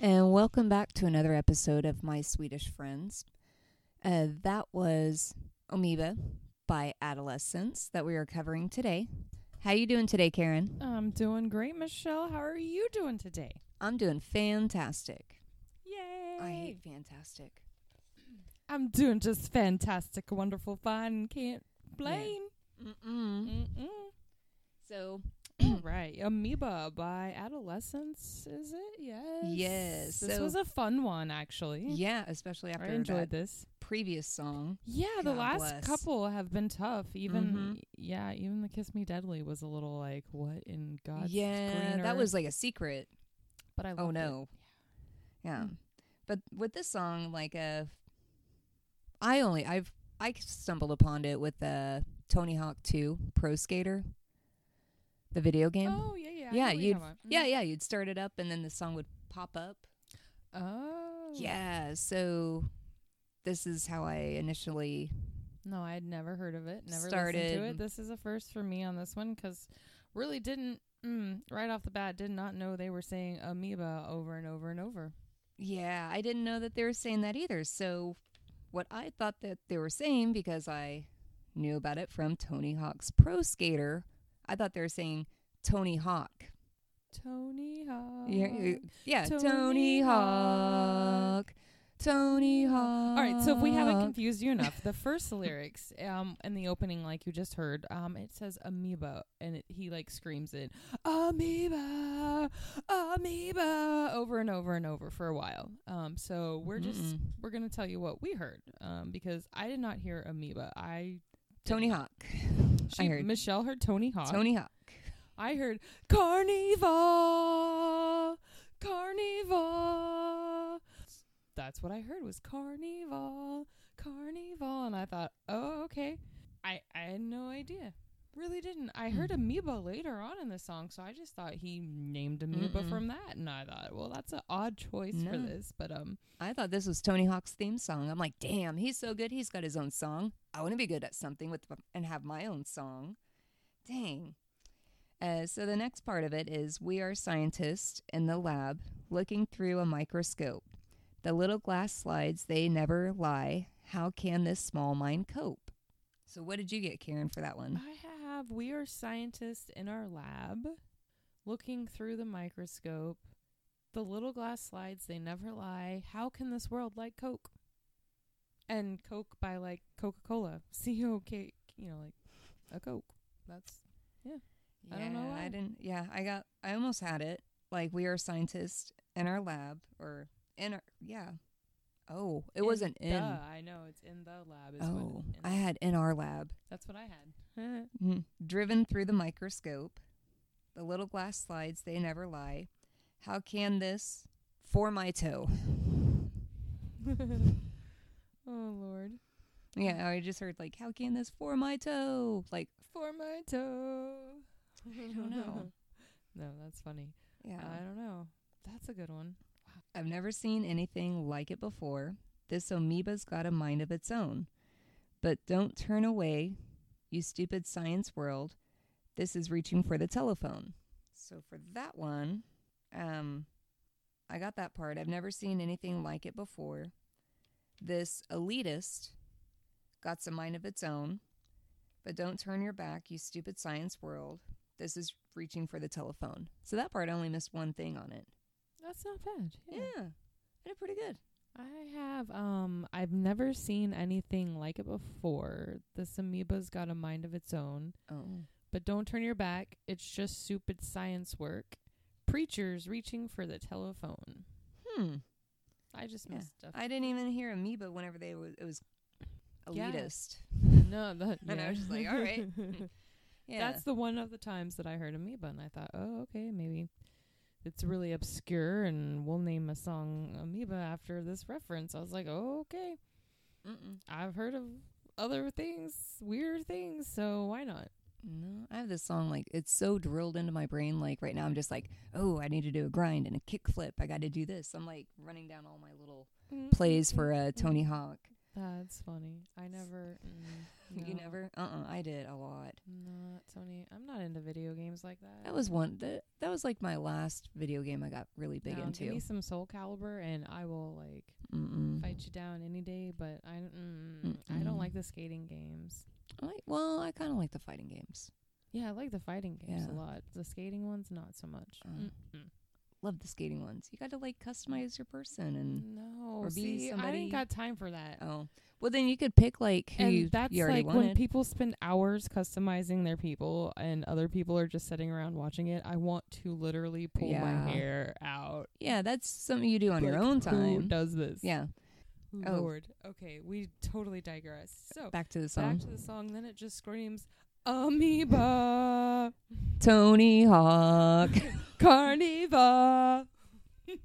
And welcome back to another episode of My Swedish Friends. Uh, that was Amoeba by Adolescence that we are covering today. How you doing today, Karen? I'm doing great, Michelle. How are you doing today? I'm doing fantastic. Yay! I hate fantastic. am doing just fantastic, wonderful, fine. Can't blame. Mm-mm. Mm-mm. So All right, Amoeba by Adolescence, is it? Yes. Yes, This so- was a fun one, actually. yeah, especially after I enjoyed that this. previous song. Yeah, the God last bless. couple have been tough. Even Mhm. yeah, even the Kiss Me Deadly was a little like, what in God's yeah, that greener? was like a secret. But I Oh loved it. no. Yeah. But with this song, like uh I only I've I stumbled upon it with uh Tony Hawk 2 Pro Skater, the video game. Oh yeah, yeah. I Yeah, know what you'd- you're talking about. Yeah, Mhm. yeah. You'd start it up and then the song would pop up. Oh. Yeah. So this is how I initially No, I had never heard of it. Never listened to Started- it. This is a first for me on this one 'cause really didn't mm, right off the bat did not know they were saying amoeba over and over and over. Yeah, I didn't know that they were saying that either. So, what I thought that they were saying, because I knew about it from Tony Hawk's Pro Skater, I thought they were saying Tony Hawk. Tony Hawk. Yeah, yeah, Tony, Tony Hawk. Tony Hawk. All right, so if we haven't confused you enough, the first lyrics um in the opening, like you just heard, um it says amoeba, and it, he like screams it amoeba, amoeba over and over and over for a while. Um, so we're just Mm-mm. we're gonna tell you what we heard, um because I did not hear amoeba. I Tony Hawk. She, heard- Michelle heard Tony Hawk. Tony Hawk. I heard Carnival, Carnival. That's what I heard was Carnival, Carnival, and I thought, oh, okay. I I had no idea. Really didn't. I heard Hmm. amoeba later on in the song, so I just thought he named amoeba Mm-mm. from that, and I thought, well, that's an odd choice for No. this, but um, I thought this was Tony Hawk's theme song. I'm like, damn, he's so good. He's got his own song. I want to be good at something with and have my own song. Dang. Uh, so the next part of it is we are scientists in the lab looking through a microscope. The little glass slides, they never lie. How can this small mind cope? So what did you get, Karen, for that one? I have. We are scientists in our lab looking through the microscope. The little glass slides, they never lie. How can this world like Coke? And Coke by like Coca Cola. C O K, you know, like a Coke. That's. I don't know Yeah, I why. didn't. Yeah, I got. I almost had it. Like we are scientists in our lab, or in our yeah. Oh, it wasn't in. The, I know, it's in the lab. Is Oh, what it- in- I had in our lab. that's what I had. Mm. Driven through the microscope, the little glass slides. They never lie. How can this? For my toe. oh, Lord. Yeah, I just heard like, how can this for my toe? Like, For my toe. I don't know. no, that's funny. yeah. I don't know. That's a good one. I've never seen anything like it before. This amoeba's got a mind of its own. But don't turn away, you stupid science world. This is reaching for the telephone. So for that one, um I got that part. I've never seen anything like it before. This elitist got some mind of its own. But don't turn your back, you stupid science world. This is reaching for the telephone. So that part I only missed one thing on it. That's not bad. Yeah. I did pretty good. I have um I've never seen anything like it before. This amoeba's got a mind of its own. Oh. But don't turn your back. It's just stupid science work. Preachers reaching for the telephone. Hmm. I just Yeah. missed stuff. I didn't even hear amoeba whenever they was it was Yeah. elitist. no, that, And I was just like, all right. Yeah. That's the one of the times that I heard amoeba and I thought, "Oh, okay, maybe it's really obscure and we'll name a song amoeba after this reference." I was like, "Oh, okay." Mm-mm. I've heard of other things, weird things, so why not? No, I have this song like it's so drilled into my brain. Like right now, I'm just like, oh, I need to do a grind and a kickflip. I got to do this. I'm like running down all my little plays for uh, Tony Hawk. Mm-hmm. That's funny. I never. Mm, You no. never? Uh uh I did a lot. Not Sony. I'm not into video games like that. That was one. That, that was like my last video game I got really big No, Give into. me some Soul Caliber, and I will like Mm-mm. fight you down any day. But I mm, I Mm-hmm. Mm-mm. don't like the skating games. I, well, I kind of like the fighting games. Yeah, I like the fighting games a Yeah. lot. The skating ones, not so much. Mm, Oh. Mm-mm. Love the skating ones. You got to like customize your person and No, Or be see, I somebody- ain't got time for that. oh, well then you could pick like who you, and that's you already like when wanted. people spend hours customizing their people, and other people are just sitting around watching it. I want to literally pull Yeah. my hair out yeah, that's something you do on your Like, own Who time. does this? Yeah, Oh. Lord. Okay, we totally digress. So back, back to the song. to the song. Then it just screams amoeba, Tony Hawk. carnivore.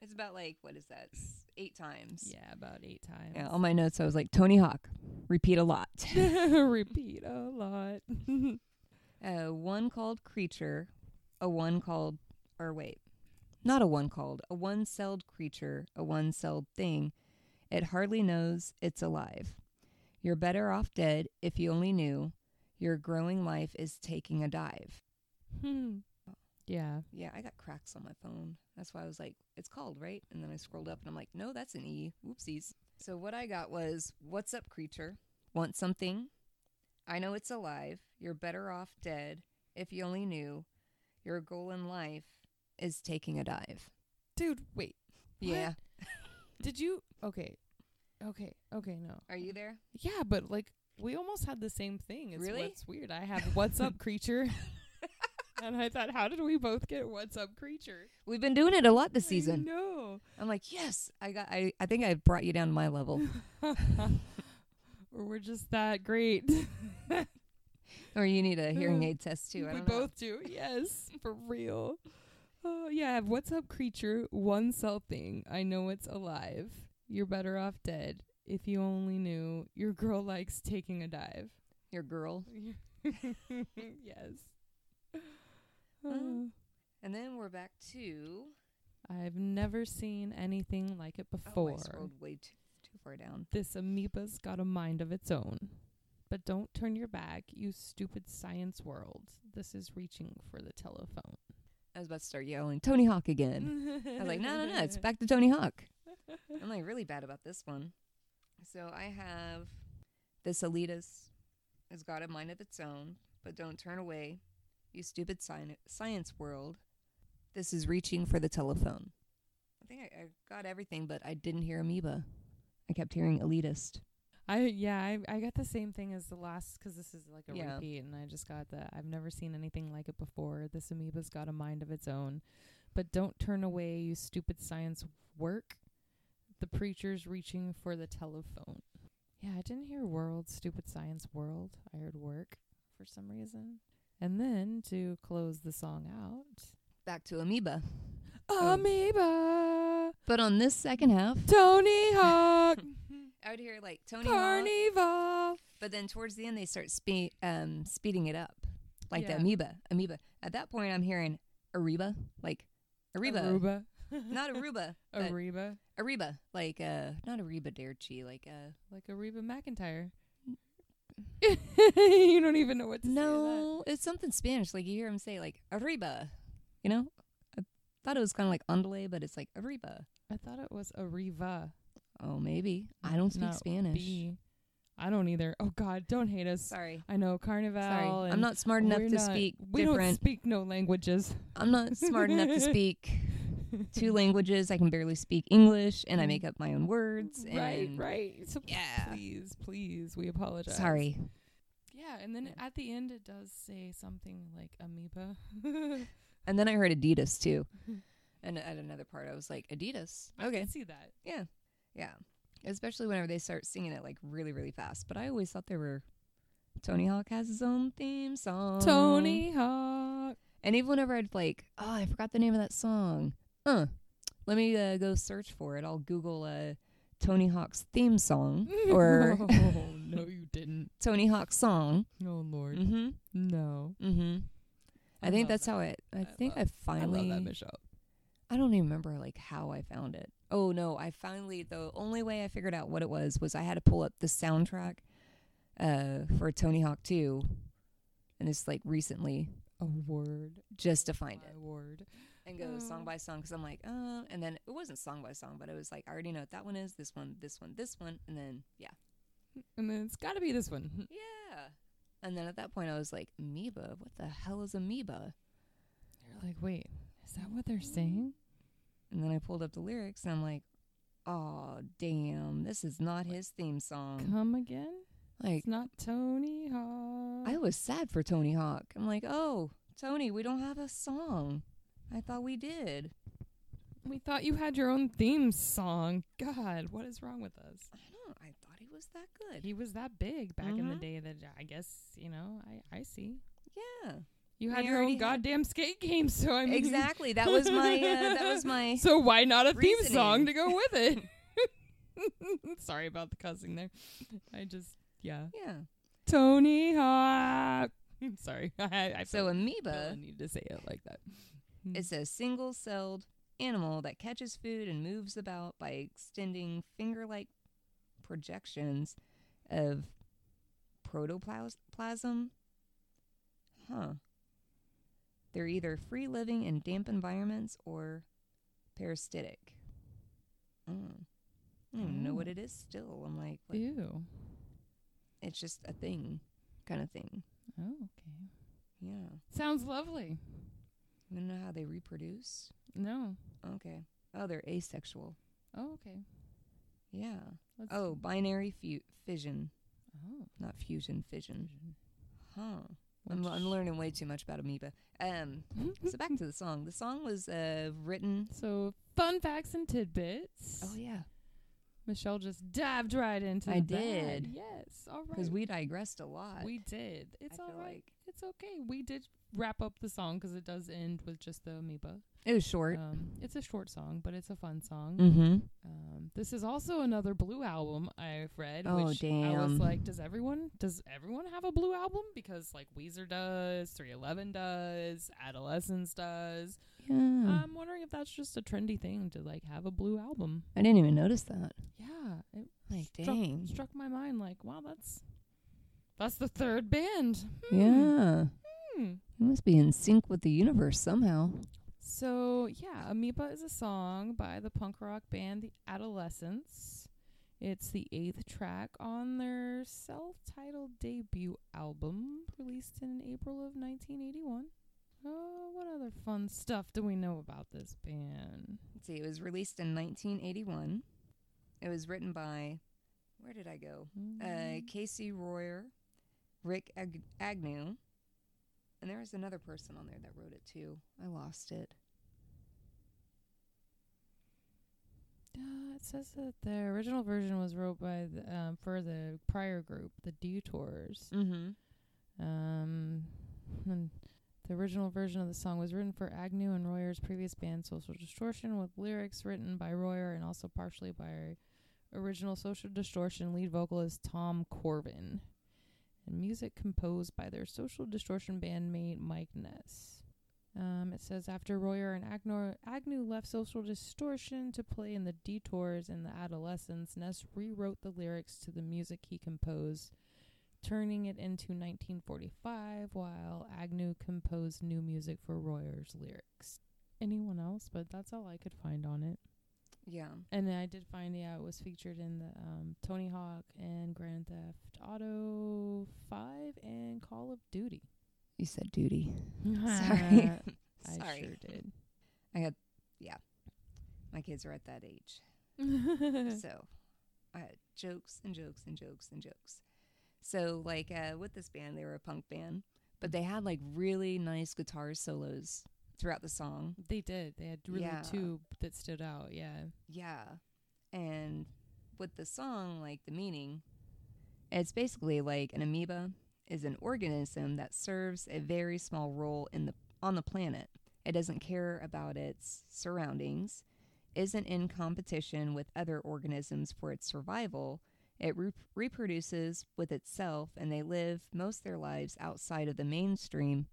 it's about like what is that? S- Eight times. yeah, about eight times. Yeah, on my notes, I was like Tony Hawk. Repeat a lot. Repeat a lot. Uh, one called creature, a one called, or wait, not a one called, a one celled creature, a one celled thing. It hardly knows it's alive. You're better off dead if you only knew your growing life is taking a dive. Hmm. yeah. Yeah, I got cracks on my phone. That's why I was like, it's called, right? And then I scrolled up and I'm like, no, that's an E. Whoopsies. So what I got was, what's up, creature? Want something? I know it's alive. You're better off dead if you only knew your goal in life is taking a dive. Dude, wait. What? Yeah. Did you? Okay. Okay. Okay. No. Are you there? Yeah, but like we almost had the same thing. It's Really? What's weird? I have what's up creature, and I thought, how did we both get what's up creature We've been doing it a lot this season. No. I'm like, yes, I got. I, I think I brought you down to my level, or we're just that great. or you need a hearing aid test too. I we don't know. both do. Yes, for real. Oh yeah, I have what's up creature, one cell thing. I know it's alive. You're better off dead. If you only knew your girl likes taking a dive. Your girl. yes. Uh. Mm. And then we're back to. Uh, I've never seen anything like it Oh, I before. scrolled way too, too far down. this amoeba's got a mind of its own. But don't turn your back, you stupid science world. This is reaching for the telephone. I was about to start yelling Tony Hawk again. I I was like, no, no, no, it's back to Tony Hawk. I'm like really bad about this one. So I have this Alitas has got a mind of its own, but don't turn away, you stupid sci- science world. This is reaching for the telephone. I think I, I got everything, but I didn't hear amoeba. I kept hearing elitist. I yeah, I I got the same thing as the last because this is like a Yeah. repeat, and I just got the I've never seen anything like it before. This amoeba's got a mind of its own, but don't turn away, you stupid science work. The preacher's reaching for the telephone. Yeah, I didn't hear world, stupid science world. I heard work for some reason. And then to close the song out, Back to amoeba. Oh. amoeba, But on this second half, Tony Hawk, I would hear like Tony Hawk. Carnival. But then towards the end, they start spe- um, speeding it up, like Yeah. the amoeba. Amoeba. At that point, I'm hearing Ariba, like Ariba, Aruba. not Aruba, but Ariba, Ariba, like uh, not Ariba Derchi, like uh, like Ariba McIntyre. you don't even know what to say. no, it's something Spanish. Like you hear him say like Arriba, you know. I thought it was kind of like Andale, but it's like Arriba. to that. I thought it was Ariva. Oh, maybe I don't speak not Spanish. B. I don't either. Oh God, don't hate us. Sorry, I know Carnival. sorry. I'm and not smart enough we're to not- speak We don't different. speak no languages. I'm not smart enough to speak two languages. I can barely speak English, and I make up my own words. And right, right. So Yeah. please, please, we apologize. Sorry. Yeah, and then Yeah. at the end it does say something like amoeba. And then I heard Adidas too. Mhm. And at another part, I was like, Adidas. I Okay. can see that. Yeah. Yeah. Especially whenever they start singing it like really, really fast. But I always thought they were. Tony Hawk has his own theme song. Tony Hawk. And even whenever I'd like, oh, I forgot the name of that song. Uh, let me uh, go search for it. I'll Google uh, Tony Hawk's theme song or oh, no, you didn't. Tony Hawk song. Oh Lord, Mm-hmm. no. Mm-hmm. I, I think love that's that. how it. I, I think love- I finally. I love that Michelle. I don't even remember like how I found it. Oh no, I finally the only way I figured out what it was was I had to pull up the soundtrack uh for Tony Hawk 2 and it's like recently A word. just to find it My word. and go song Oh. by song cuz I'm like, uh and then it wasn't song by song, but it was like I already know what that one is, this one, this one, this one and then yeah. And then it's got to be this one. Yeah. And then at that point I was like, Amoeba, what the hell is Amoeba? You're like, wait, is that what Mm-hmm. they're saying? And then I pulled up the lyrics and I'm like, oh, damn, this is not his theme song. Come again? Like, It's not Tony Hawk. I was sad for Tony Hawk. I'm like, oh, Tony, we don't have a song. I thought we did. we thought you had your own theme song. God, what is wrong with us? I don't. I thought he was that good. He was that big back in the Mhm. day that I guess, you know, I, I see. Yeah, You We had your own already had- goddamn skate game, so I mean, exactly. That was my. Uh, that was my. So why not a theme Reasoning. song to go with it? Sorry about the cussing there. I just, yeah. Yeah. Tony Hawk. Sorry, I, I So felt- felt I amoeba need to say it like that. is a single-celled animal that catches food and moves about by extending finger-like projections of protoplasm. Huh. They're either free living in damp environments or parasitic. Mm. I don't even know what Oh. it is still. I'm like, what- Ew. it's just a thing, kind of thing. Oh, okay. Yeah. Sounds lovely. You wanna know how they reproduce? No. Okay. Oh, they're asexual. Oh, okay. Yeah. Let's Oh, binary fu- fission, Oh. not fusion, fission. Huh. I'm, Which- I'm learning way too much about amoeba. Um, Mm-hmm. so back to the song. The song was uh, written. So, fun facts and tidbits. Oh yeah, Michelle just dived right into. I the bad. did. Yes. All right. because we digressed a lot. we did. It's I all feel right. like- It's okay. We did wrap up the song 'cause it does end with just the amoeba. it was short. Um, it's a short song, but it's a fun song. mm-hmm. Um, this is also another blue album I've read. Oh, which I was damn. like, does everyone does everyone have a blue album? Because like Weezer does, Three Eleven does, Adolescence does. Yeah. I'm wondering if that's just a trendy thing to like have a blue album. I didn't even notice that. Yeah, it Like struck, dang. struck my mind. Like, wow, that's that's the third band. Hmm. Yeah. Hmm. You must be in sync with the universe somehow. So, yeah, Amoeba is a song by the punk rock band The Adolescents. It's the eighth track on their self titled debut album, released in April of 1981. Oh, what other fun stuff do we know about this band? Let's see. It was released in 1981. It was written by. Where did I go? uh, Casey Royer, Rick Ag- Agnew, and there was another person on there that wrote it too. I lost it. Uh, it says that the original version was wrote by the, um, for the prior group, the Detours. Mm-hmm. Um, and the original version of the song was written for Agnew and Royer's previous band, Social Distortion, with lyrics written by Royer and also partially by original Social Distortion lead vocalist Tom Corbin, and music composed by their Social Distortion bandmate Mike Ness. Um, it says after Royer and Agnew, Agnew left Social Distortion to play in the Detours and the Adolescents, Ness rewrote the lyrics to the music he composed turning it into 1945 while Agnew composed new music for Royer's lyrics. Anyone else, but that's all I could find on it. Yeah. And then I did find, yeah, it was featured in the um, Tony Hawk and Grand Theft Auto 5 and Call of Duty. You said duty. Sorry. I Sorry. sure did. My kids are at that age. so I had jokes and jokes and jokes and jokes. So, like, uh, with this band, they were a punk band, but they had like really nice guitar solos throughout the song. they did. They had really Yeah. two that stood out. Yeah. Yeah. And with the song, like the meaning, it's basically like an amoeba is an organism that serves a very small role in the on the planet. It doesn't care about its surroundings, isn't in competition with other organisms for its survival. It re- reproduces with itself and they live most of their lives outside of the mainstream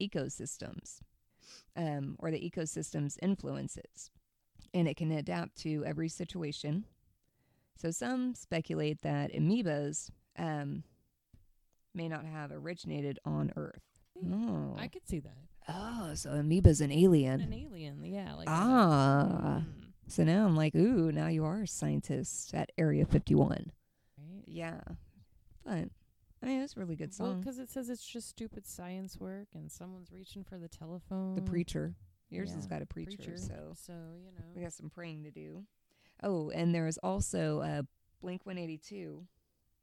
ecosystems. um, or the ecosystem's influences, and it can adapt to every situation. So some speculate that amoebas um, may not have originated on Earth. Oh, I could see that. oh so amoeba's an alien. An alien, yeah. Like Mm. ah. that. Hmm. So now I'm like, ooh, now you are a scientist at Area 51. Mm, right? Yeah. But, I mean, it's a really good Well, song. 'cause it says it's just stupid science work, and someone's reaching for the telephone. the Preacher. Yours has yeah, got a preacher, so so you know. we got some praying to do. Oh, and there is also uh, Blink 182,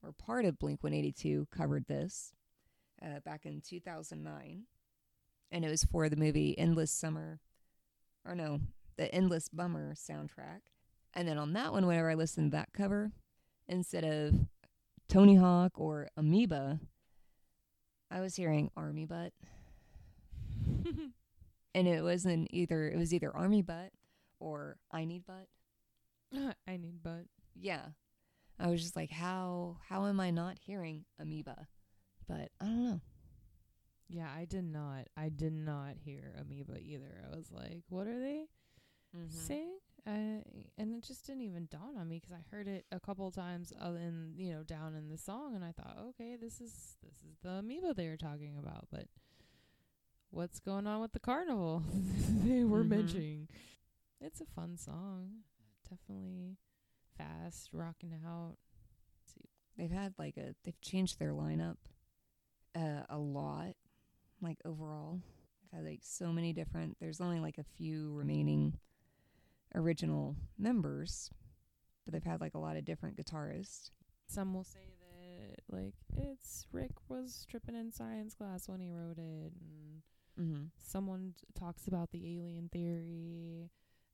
or part of Blink 182 covered this uh, back in 2009. And it was for the movie Endless Summer, or no, the Endless Bummer soundtrack. And then on that one, whenever I listened to that cover, instead of Tony Hawk or Amoeba, I was hearing Army Butt. And it wasn't either, it was either Army Butt or I Need Butt. I need butt. Yeah. I was just like, how how am I not hearing amoeba? But I don't know. Yeah, I did not. I did not hear amoeba either. I was like, what are they Mm-hmm. saying? I, and it just didn't even dawn on me 'cause I heard it a couple times uh, in you know down in the song, and I thought, okay, this is this is the amoeba they were talking about. But what's going on with the carnival they were Mhm. mentioning? It's a fun song, definitely fast, rocking out. They've had like a they've changed their lineup uh, a lot, like overall. They've had like so many different there's only like a few remaining original members, but they've had like a lot of different guitarists. Some will say that like it's Rick was stripping in science class when he wrote it, and Mm-hmm. someone t- talks about the alien theory,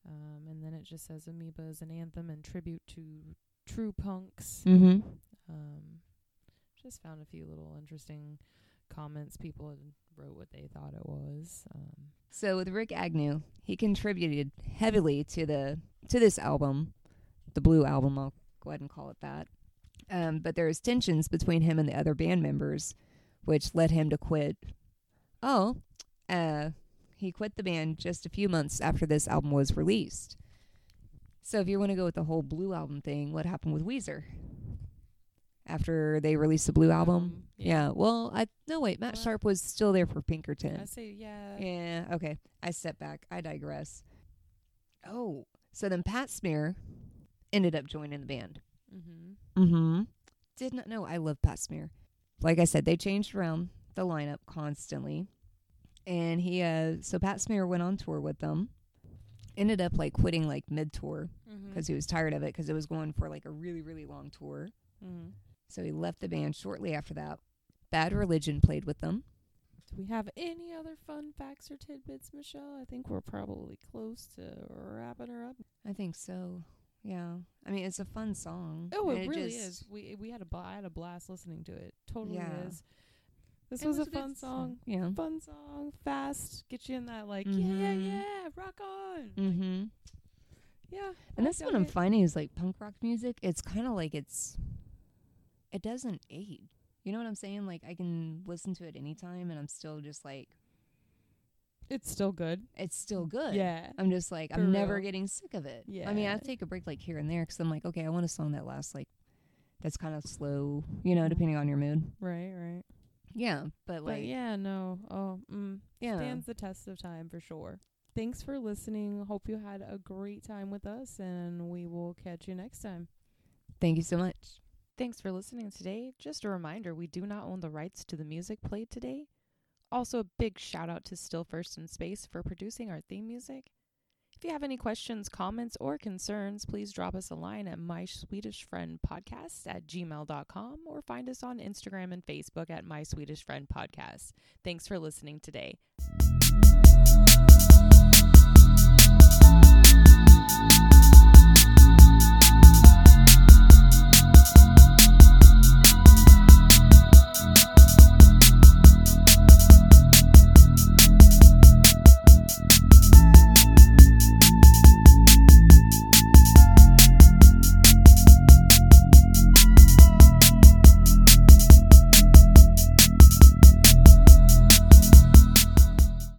um, and then it just says Amoeba is an anthem and tribute to true punks. Mm-hmm. Um, just found a few little interesting comments. People had wrote what they thought it was. Um, So with Rick Agnew, he contributed heavily to the to this album, the Blue album. I'll go ahead and call it that. Um, but there was tensions between him and the other band members, which led him to quit. Oh, uh, he quit the band just a few months after this album was released. So if you want to go with the whole Blue album thing, what happened with Weezer? After they released the Blue album, Um, yeah. Well, I no wait, Matt Well- Sharp was still there for Pinkerton. I say yeah. Yeah, okay. I step back. I digress. Oh, so then Pat Smear ended up joining the band. Mm-hmm. Mm-hmm. Did not know. I love Pat Smear. Like I said, they changed around the lineup constantly. And he, uh, so Pat Smear went on tour with them. Ended up like quitting like mid tour Mm-hmm. Mm. because he was tired of it because it was going for like a really, really long tour. mm-hmm. So he left the band shortly after that. Bad Religion played with them. Do we have any other fun facts or tidbits, Michelle? I think we're probably close to wrapping her up. I think so. Yeah. I mean, it's a fun song. Oh, and it, really just- is. We we had a bl- I had a blast listening to it. Totally Yeah. is. This it was, a good fun song. Yeah. Fun song, fast, get you in that like yeah yeah Mhm. yeah, rock on. Mm-hmm. Yeah, I And that's dug what I'm it. finding is like punk rock music. It's kind of like it's, it doesn't age. You know what I'm saying? Like I can listen to it anytime, and I'm still just like, It's still good. it's still good. Yeah, I'm just like, For I'm never real. getting sick of it. I mean, I Yeah. take a break like here and there because I'm like, okay, I want a song that lasts like, that's kind of slow. You know, depending on your mood. right, right. Yeah, but like, Mm-hmm. but yeah, no. Oh, mm, yeah. stands the test of time for sure. Thanks for listening. Hope you had a great time with us, and we will catch you next time. Thank you so much. Thanks for listening today. Just a reminder, we do not own the rights to the music played today. Also, a big shout out to Still First in Space for producing our theme music. If you have any questions, comments, or concerns, please drop us a line at my Swedish friend podcast at gmail.com or find us on Instagram and Facebook at my Swedish friend podcast. Thanks for listening today.